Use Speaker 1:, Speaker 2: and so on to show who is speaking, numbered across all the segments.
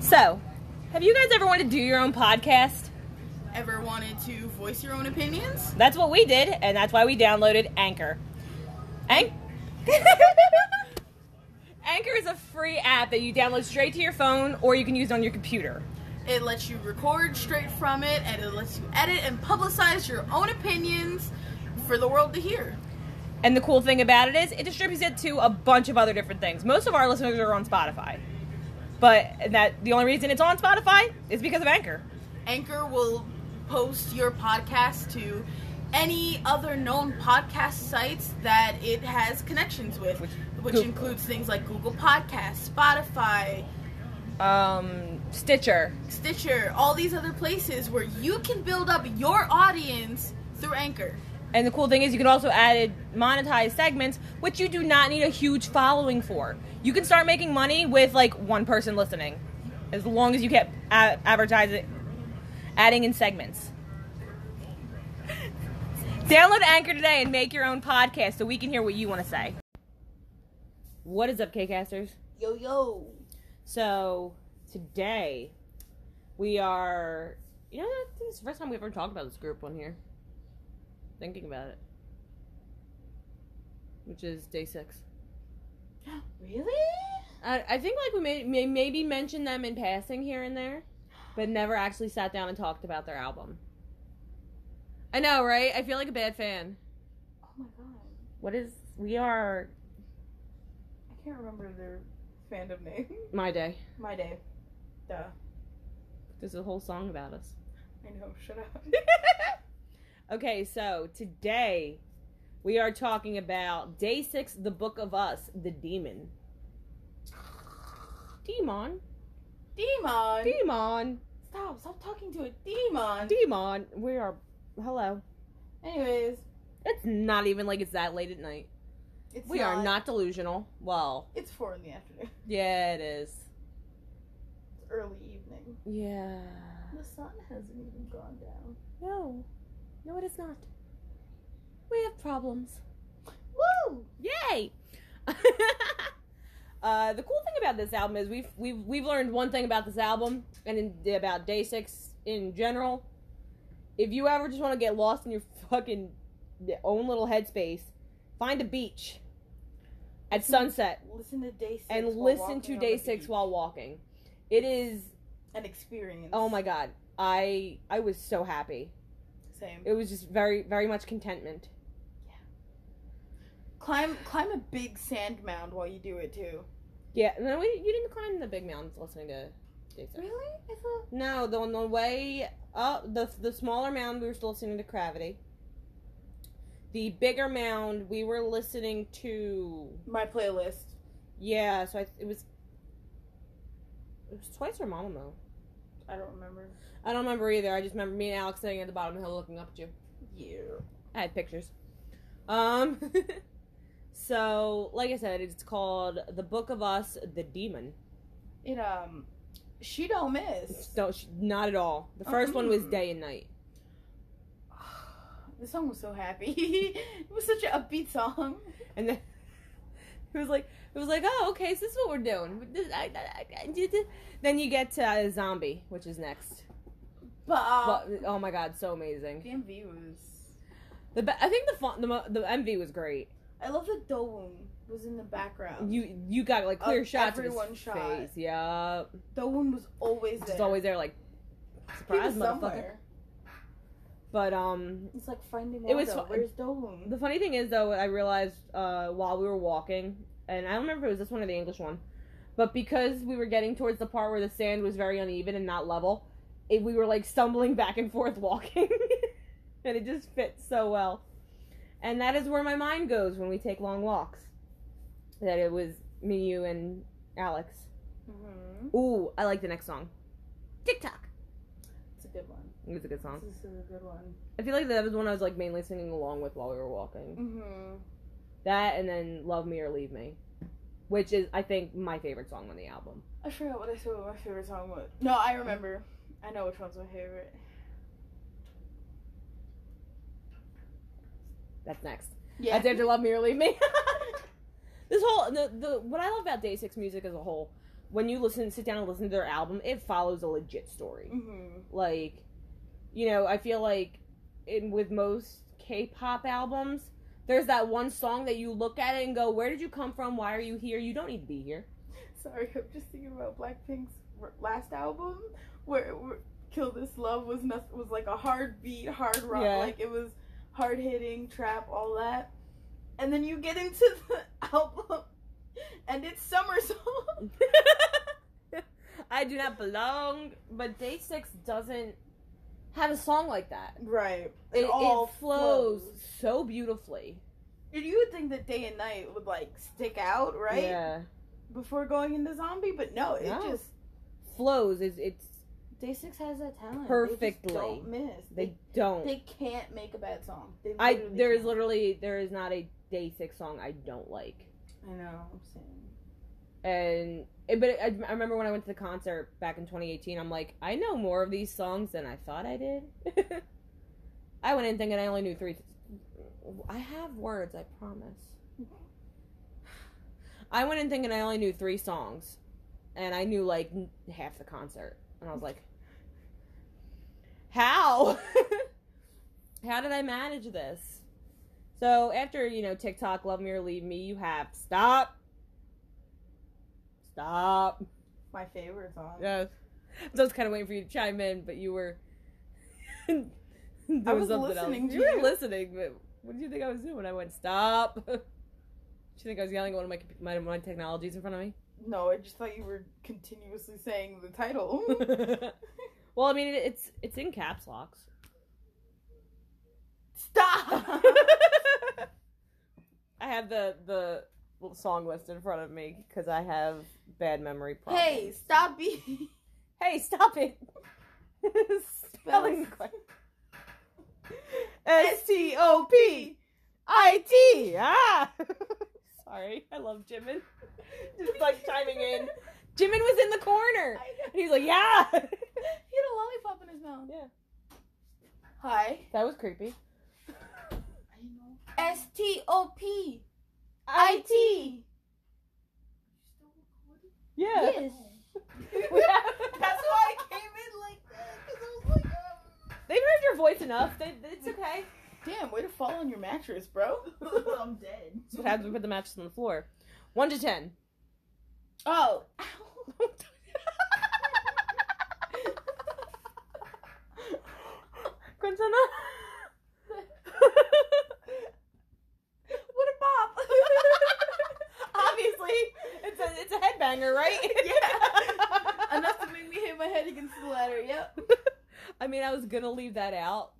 Speaker 1: So, have you guys ever wanted to do your own podcast?
Speaker 2: Ever wanted to voice your own opinions?
Speaker 1: That's what we did, and that's why we downloaded Anchor. Anch- Anchor is a free app that you download straight to your phone or you can use on your computer.
Speaker 2: It lets you record straight from it, and it lets you edit and publicize your own opinions for the world to hear.
Speaker 1: And the cool thing about it is it distributes it to a bunch of other different things. Most of our listeners are on Spotify. But that the only reason it's on Spotify is because of Anchor.
Speaker 2: Anchor will post your podcast to any other known podcast sites that it has connections with,
Speaker 1: Which-
Speaker 2: which,
Speaker 1: Google.
Speaker 2: includes things like Google Podcasts, Spotify,
Speaker 1: Um, Stitcher.
Speaker 2: Stitcher, all these other places where you can build up your audience through Anchor.
Speaker 1: And the cool thing is you can also add monetized segments, which you do not need a huge following for. You can start making money with like one person listening, as long as you kept a- advertising, adding in segments. Download Anchor today and make your own podcast so we can hear what you want to say. What is up, Kcasters?
Speaker 2: Yo, yo.
Speaker 1: So today we are. You know, I think it's the first time we've ever talked about this group on here. Thinking about it, which is day six.
Speaker 2: Really?
Speaker 1: I, I think like we may, may maybe mentioned them in passing here and there, but never actually sat down and talked about their album. I know, right? I feel like a bad fan.
Speaker 2: Oh my god.
Speaker 1: What is we are
Speaker 2: I can't remember their fandom name.
Speaker 1: my day?
Speaker 2: My day. Duh.
Speaker 1: There's a whole song about us.
Speaker 2: I know, shut up.
Speaker 1: okay, so today we are talking about Day Six, The Book of Us, The Demon. Demon.
Speaker 2: Demon!
Speaker 1: Demon.
Speaker 2: stop, stop talking to a demon!
Speaker 1: Demon. We are. Hello.
Speaker 2: Anyways,
Speaker 1: It's not even like it's that late at night.
Speaker 2: it's
Speaker 1: We are not delusional. Well,
Speaker 2: It's four in the afternoon.
Speaker 1: yeah, it is.
Speaker 2: It's early evening.
Speaker 1: Yeah.
Speaker 2: The sun hasn't even gone down.
Speaker 1: No. No, it is not. We have problems.
Speaker 2: Woo!
Speaker 1: Yay! uh, the cool thing about this album is we've we've we've learned one thing about this album and in, about Day Six in general. If you ever just want to get lost in your fucking own little headspace, find a beach at sunset
Speaker 2: Listen to day six.
Speaker 1: and
Speaker 2: while
Speaker 1: listen
Speaker 2: walking
Speaker 1: to
Speaker 2: on
Speaker 1: Day
Speaker 2: the
Speaker 1: Six
Speaker 2: beach.
Speaker 1: while walking. It is
Speaker 2: An experience.
Speaker 1: oh my god. I I was so happy.
Speaker 2: Same.
Speaker 1: It was just very very much contentment.
Speaker 2: Climb, climb a big sand mound while you do it too.
Speaker 1: Yeah, no, we, you didn't climb the big mountains listening to Day Six.
Speaker 2: Really? I thought.
Speaker 1: No, the on the way up the the smaller mound we were still listening to Gravity. The bigger mound we were listening to
Speaker 2: My playlist.
Speaker 1: yeah, so I, it was it was twice or Mama Mo.
Speaker 2: I don't remember.
Speaker 1: I don't remember either. I just remember me and Alex sitting at the bottom of the hill looking up at you.
Speaker 2: Yeah.
Speaker 1: I had pictures. Um so like I said, it's called The Book of Us, The Demon.
Speaker 2: It um, she don't miss.
Speaker 1: So sh- not at all. The 1st one was
Speaker 2: Mhm.
Speaker 1: Day and Night.
Speaker 2: the song was so happy. it was such an upbeat song.
Speaker 1: And then it was like, it was like, oh, okay, so this is what we're doing. This- I- I- I- I did this. Then you get to uh, zombie, which is next.
Speaker 2: But uh,
Speaker 1: Well, oh my god, so amazing.
Speaker 2: the MV was.
Speaker 1: The ba- I think the fun, the mo- the MV was great.
Speaker 2: I love that Dowoom was in the background.
Speaker 1: You you got like clear
Speaker 2: Of
Speaker 1: shots of his
Speaker 2: everyone shot.
Speaker 1: face. Yeah,
Speaker 2: Dowoom was always there.
Speaker 1: just always there, like
Speaker 2: He
Speaker 1: surprise
Speaker 2: was
Speaker 1: motherfucker.
Speaker 2: somewhere.
Speaker 1: But um,
Speaker 2: It's like finding
Speaker 1: It
Speaker 2: Waldo.
Speaker 1: was fu-
Speaker 2: Where's Dowoom?
Speaker 1: The funny thing is, though, I realized uh, while we were walking, and I don't remember if it was this one or the English one, but because we were getting towards the part where the sand was very uneven and not level, it, we were like stumbling back and forth walking, and it just fits so well. And that is where my mind goes when we take long walks. That it was me, you, and Alex.
Speaker 2: hmm
Speaker 1: Ooh, I like the next song. TikTok.
Speaker 2: It's a good one.
Speaker 1: It was a good song.
Speaker 2: This is a good one.
Speaker 1: I feel like that was one I was like mainly singing along with while we were walking.
Speaker 2: hmm
Speaker 1: That and then Love Me or Leave Me, which is I think my favorite song on the album.
Speaker 2: I forgot what I said. What my favorite song was? No, I remember. I know which one's my favorite.
Speaker 1: That's next.
Speaker 2: Yeah.
Speaker 1: That's after Love Me or Leave Me. this whole the, the what I love about Day Six music as a whole when you listen, sit down and listen to their album, it follows a legit story.
Speaker 2: Mm-hmm.
Speaker 1: Like, you know, I feel like in with most K-pop albums, there's that one song that you look at it and go, "Where did you come from? Why are you here? You don't need to be here."
Speaker 2: Sorry, I'm just thinking about Blackpink's r- last album, where, where "Kill This Love" was nothing was like a hard beat, hard rock,
Speaker 1: Yeah.
Speaker 2: like it was hard hitting trap, all that. And then you get into the album, and it's summer song.
Speaker 1: I do not belong, but Day Six doesn't have a song like that.
Speaker 2: right.
Speaker 1: It, it flows so beautifully,
Speaker 2: And You would think that day and night would like stick out, right?
Speaker 1: Yeah,
Speaker 2: Before going into zombie, but no, it
Speaker 1: No.
Speaker 2: just
Speaker 1: flows is it's
Speaker 2: day six has that talent.
Speaker 1: Perfectly.
Speaker 2: They just don't miss.
Speaker 1: they
Speaker 2: They
Speaker 1: don't.
Speaker 2: they can't make a bad song. They
Speaker 1: I
Speaker 2: literally
Speaker 1: there is
Speaker 2: can't.
Speaker 1: literally there is not a Day Six song I don't like.
Speaker 2: I know. I'm saying.
Speaker 1: and it, but I, I remember when I went to the concert back in 2018, I'm like, I know more of these songs than I thought I did. I went in thinking I only knew three. I have words, I promise. I went in thinking I only knew three songs, and I knew like n- half the concert, and I was like, how? how did I manage this? So after you know TikTok, love me or leave me, you have stop. Stop.
Speaker 2: My favorite song.
Speaker 1: Yes. I was kind of waiting for you to chime in, but you were doing
Speaker 2: was
Speaker 1: something
Speaker 2: listening
Speaker 1: else.
Speaker 2: to
Speaker 1: you were
Speaker 2: you.
Speaker 1: listening, but what did you think I was doing? I went stop. Do you think I was yelling at one of my compu- my, my technologies in front of
Speaker 2: No, I just thought you were continuously saying the title.
Speaker 1: me? well, I mean it, it's it's in caps locks.
Speaker 2: Stop.
Speaker 1: I have the the song list in front of me because I have bad memory problems.
Speaker 2: hey, stop being.
Speaker 1: hey, stop it! Spelling question. S T O P I T. Ah. Sorry, I love Jimin. Just like chiming in. Jimin was in the corner, and he's like, "Yeah."
Speaker 2: He had a lollipop in his mouth.
Speaker 1: Yeah.
Speaker 2: Hi.
Speaker 1: That was creepy.
Speaker 2: S T O P I T.
Speaker 1: Yeah.
Speaker 2: Yes.
Speaker 1: That's
Speaker 2: That's why I came in like that because I was like, um,
Speaker 1: They've heard your voice enough. They, it's okay.
Speaker 2: damn, way to fall on your mattress, bro. I'm dead.
Speaker 1: That's what happens when we put the mattress on the floor. One to ten.
Speaker 2: Oh.
Speaker 1: Quintana.
Speaker 2: what a bop.
Speaker 1: Obviously, it's a it's a headbanger, right?
Speaker 2: Yeah. Enough to make me hit my head against the ladder. Yep.
Speaker 1: I mean, I was gonna leave that out,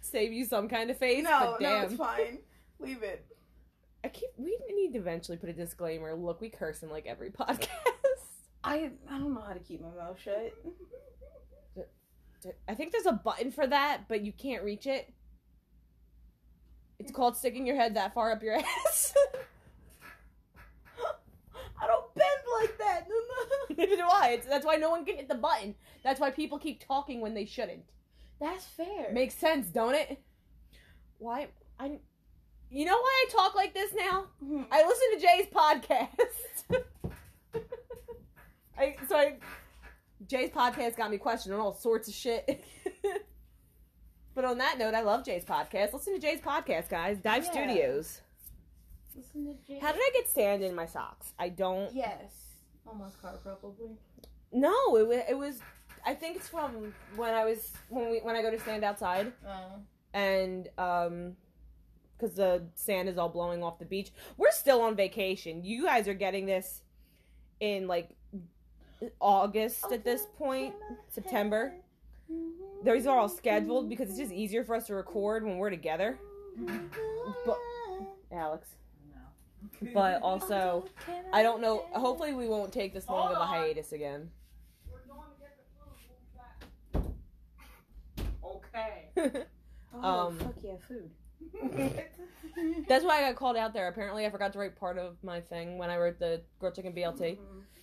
Speaker 1: save you some kind of face.
Speaker 2: No,
Speaker 1: but
Speaker 2: no,
Speaker 1: damn.
Speaker 2: it's fine. Leave it.
Speaker 1: I keep. We need to eventually put a disclaimer. Look, we curse in like every podcast.
Speaker 2: I I don't know how to keep my mouth shut.
Speaker 1: I think there's a button for that, but you can't reach it. It's called sticking your head that far up your ass.
Speaker 2: I don't bend like that.
Speaker 1: Neither do I. It's, that's why no one can hit the button. That's why people keep talking when they shouldn't.
Speaker 2: That's fair.
Speaker 1: Makes sense, don't it? Why I You know why I talk like this now?
Speaker 2: Hmm.
Speaker 1: I listen to Jay's podcast. I so I Jay's podcast got me questioning all sorts of shit. but on that note, I love Jay's podcast. Listen to Jay's podcast, guys. Dive
Speaker 2: Yeah.
Speaker 1: Studios.
Speaker 2: Listen to Jay.
Speaker 1: How did I get sand in my socks? I don't
Speaker 2: Yes. On my car, probably.
Speaker 1: No, it was, it was I think it's from when I was when we when I go to stand outside.
Speaker 2: Uh,
Speaker 1: Oh. and um because the sand is all blowing off the beach we're still on vacation you guys are getting this in like august
Speaker 2: Oh,
Speaker 1: at this point September. these are all scheduled because it's just easier for us to record when we're together
Speaker 2: Mm-hmm.
Speaker 1: But- alex but also i don't know hopefully we won't take this long of a hiatus again
Speaker 3: Okay.
Speaker 2: Oh,
Speaker 1: um,
Speaker 2: fuck yeah, food.
Speaker 1: that's why i got called out there apparently i forgot to write part of my thing when i wrote the grilled chicken blt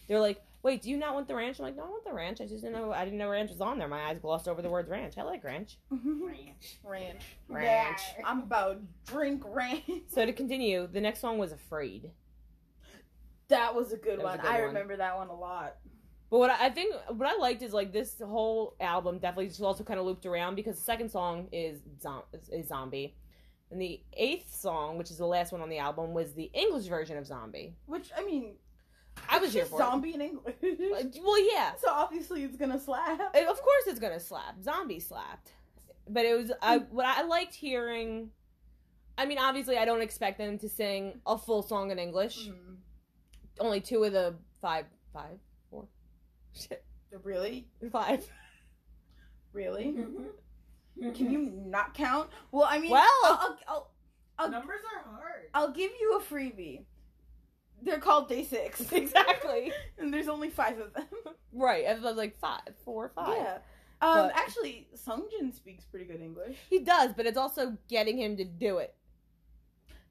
Speaker 1: They're like, "Wait, do you not want the ranch?" I'm like, "No, I want the ranch. I just didn't know. I didn't know ranch was on there. My eyes glossed over the words ranch. I like ranch."
Speaker 3: Ranch.
Speaker 2: ranch.
Speaker 3: Ranch.
Speaker 2: Mm-hmm. I'm about drink ranch.
Speaker 1: So to continue, the next song was "Afraid."
Speaker 2: That was a good
Speaker 1: That was a
Speaker 2: one.
Speaker 1: good
Speaker 2: I
Speaker 1: one.
Speaker 2: remember that one a lot.
Speaker 1: But what I I think what I liked is like this whole album definitely just also kind of looped around because the second song is zom- is- is zombie, and the eighth song, which is the last one on the album, was the English version of zombie.
Speaker 2: Which I mean,
Speaker 1: I was
Speaker 2: it's
Speaker 1: here
Speaker 2: just
Speaker 1: for
Speaker 2: zombie in English.
Speaker 1: it. Uh, Well, yeah,
Speaker 2: so obviously it's gonna slap.
Speaker 1: And of course it's gonna slap. Zombie slapped, but it was I
Speaker 2: Mm.
Speaker 1: what I liked hearing. I mean, obviously, I don't expect them to sing a full song in English.
Speaker 2: Mm,
Speaker 1: Only two of the five, five, four, shit,
Speaker 2: really,
Speaker 1: five.
Speaker 2: really? Can you not count? Well, I mean,
Speaker 1: Well-
Speaker 2: I'll, I'll, I'll, I'll,
Speaker 3: Numbers are hard.
Speaker 2: I'll give you a freebie. They're called Day Six,
Speaker 1: exactly.
Speaker 2: and there's only five of them.
Speaker 1: Right. I was like five, four, five.
Speaker 2: Yeah. Um,
Speaker 1: But-
Speaker 2: actually, Sungjin speaks pretty good English.
Speaker 1: He does, but it's also getting him to do it.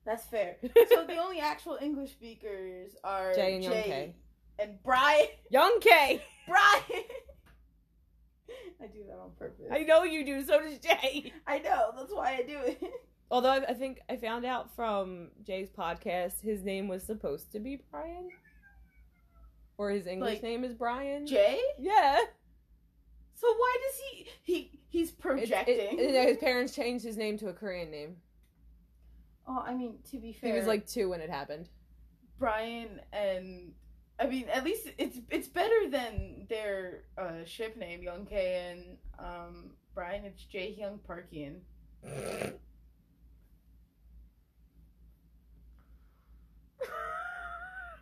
Speaker 2: That's fair. so the only actual English speakers are
Speaker 1: Jay and
Speaker 2: Jay
Speaker 1: Young K.
Speaker 2: and Brian.
Speaker 1: Young K.
Speaker 2: Brian. I do that on purpose.
Speaker 1: I know you do. So does Jay.
Speaker 2: I know. That's why I do it.
Speaker 1: Although I I think I found out from Jay's podcast, his name was supposed to be Brian, or his English
Speaker 2: Like,
Speaker 1: name is Brian.
Speaker 2: Jay.
Speaker 1: Yeah,
Speaker 2: So why does he he he's
Speaker 1: It- it-
Speaker 2: projecting?
Speaker 1: it- his parents changed his name to a Korean name.
Speaker 2: oh, I mean, to be fair,
Speaker 1: He was like two when it happened.
Speaker 2: Brian and I mean, at least it's it's better than their uh, ship name Young K and um, Brian. It's Jay Hyung Parkian.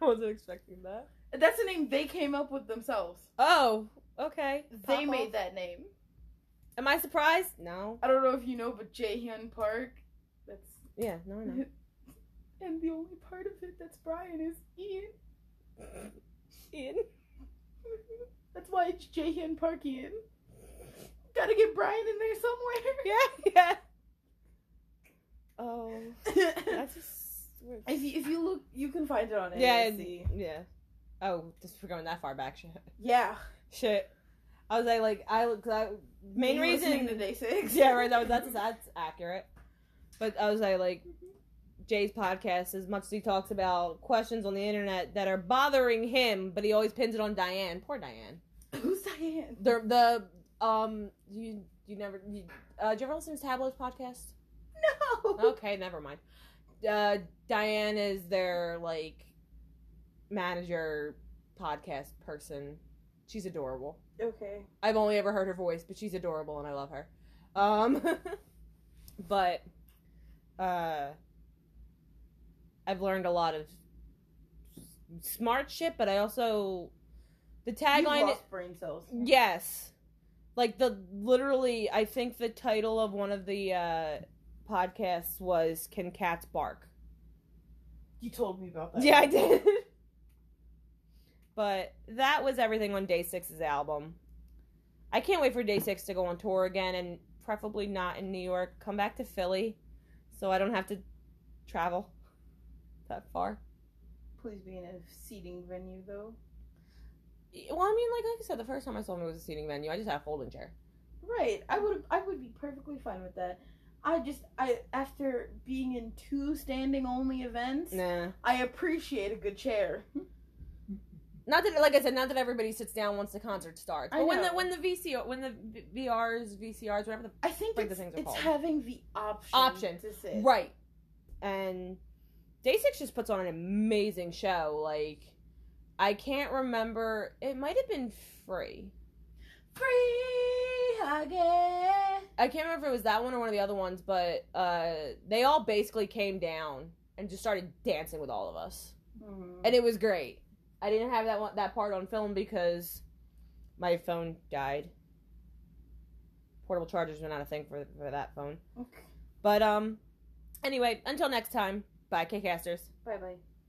Speaker 1: I wasn't expecting that.
Speaker 2: That's a name they came up with themselves.
Speaker 1: Oh, okay.
Speaker 2: They
Speaker 1: Pop
Speaker 2: made
Speaker 1: off.
Speaker 2: that name.
Speaker 1: Am I surprised? No.
Speaker 2: I don't know if you know, but Jae Hyun Park. That's
Speaker 1: Yeah, no, I know.
Speaker 2: and the only part of it that's Brian is Ian.
Speaker 1: Ian.
Speaker 2: That's why it's Jae Hyun Park Ian. Gotta get Brian in there
Speaker 1: Yeah, yeah. Oh,
Speaker 2: somewhere.
Speaker 1: that's just.
Speaker 2: if you if you look, you can find it on
Speaker 1: Yeah,
Speaker 2: AOC.
Speaker 1: yeah. Oh, just we're going that far back. Shit.
Speaker 2: Yeah.
Speaker 1: Shit. I was like, like I, cause I main
Speaker 2: You listening to
Speaker 1: reason.
Speaker 2: day six.
Speaker 1: Yeah, right. That was that's that's accurate. But I was like, like Jay's podcast. As much as he talks about questions on the internet that are bothering him, but he always pins it on Diane. Poor Diane.
Speaker 2: Who's Diane?
Speaker 1: The the um you you never you, uh, did you ever listen to Tableau's podcast?
Speaker 2: No.
Speaker 1: Okay, never mind. Uh, Diane is their like manager podcast person. She's adorable.
Speaker 2: Okay.
Speaker 1: I've only ever heard her voice, but she's adorable and I love her. Um, but uh, I've learned a lot of s- smart shit, but I also the
Speaker 2: You've
Speaker 1: tagline
Speaker 2: lost brain cells.
Speaker 1: Yes. Like the literally I think the title of one of the uh podcasts was Can Cats Bark?
Speaker 2: You told me about that.
Speaker 1: Yeah, I did. but that was everything on Day Six's album. I can't wait for Day Six to go on tour again and preferably not in New York. Come back to Philly so I don't have to travel that far.
Speaker 2: Please be in a seating venue though.
Speaker 1: Well, I mean, like like I said, the first time I saw him it was a seating venue. I just had a folding chair.
Speaker 2: Right. I would I would be perfectly fine with that. I just I after being in two standing only events,
Speaker 1: Nah.
Speaker 2: I appreciate a good chair.
Speaker 1: Not that, like I said, not that everybody sits down once the concert starts.
Speaker 2: I
Speaker 1: But when
Speaker 2: know.
Speaker 1: the when the VCO when the V- VRs VCRs whatever the
Speaker 2: I think
Speaker 1: Like the
Speaker 2: it's,
Speaker 1: things are
Speaker 2: it's
Speaker 1: called.
Speaker 2: having the option
Speaker 1: Option.
Speaker 2: to sit.
Speaker 1: right, and Day Six just puts on an amazing show. Like I can't remember, it might have been free.
Speaker 2: Free again.
Speaker 1: I can't remember if it was that one or one of the other ones, but uh, they all basically came down and just started dancing with all of us.
Speaker 2: Hmm.
Speaker 1: and it was great. I didn't have that one, that part on film because my phone died. Portable chargers were not a thing for for that phone.
Speaker 2: Okay.
Speaker 1: But um, anyway, until next time. Bye, K-casters.
Speaker 2: Bye bye.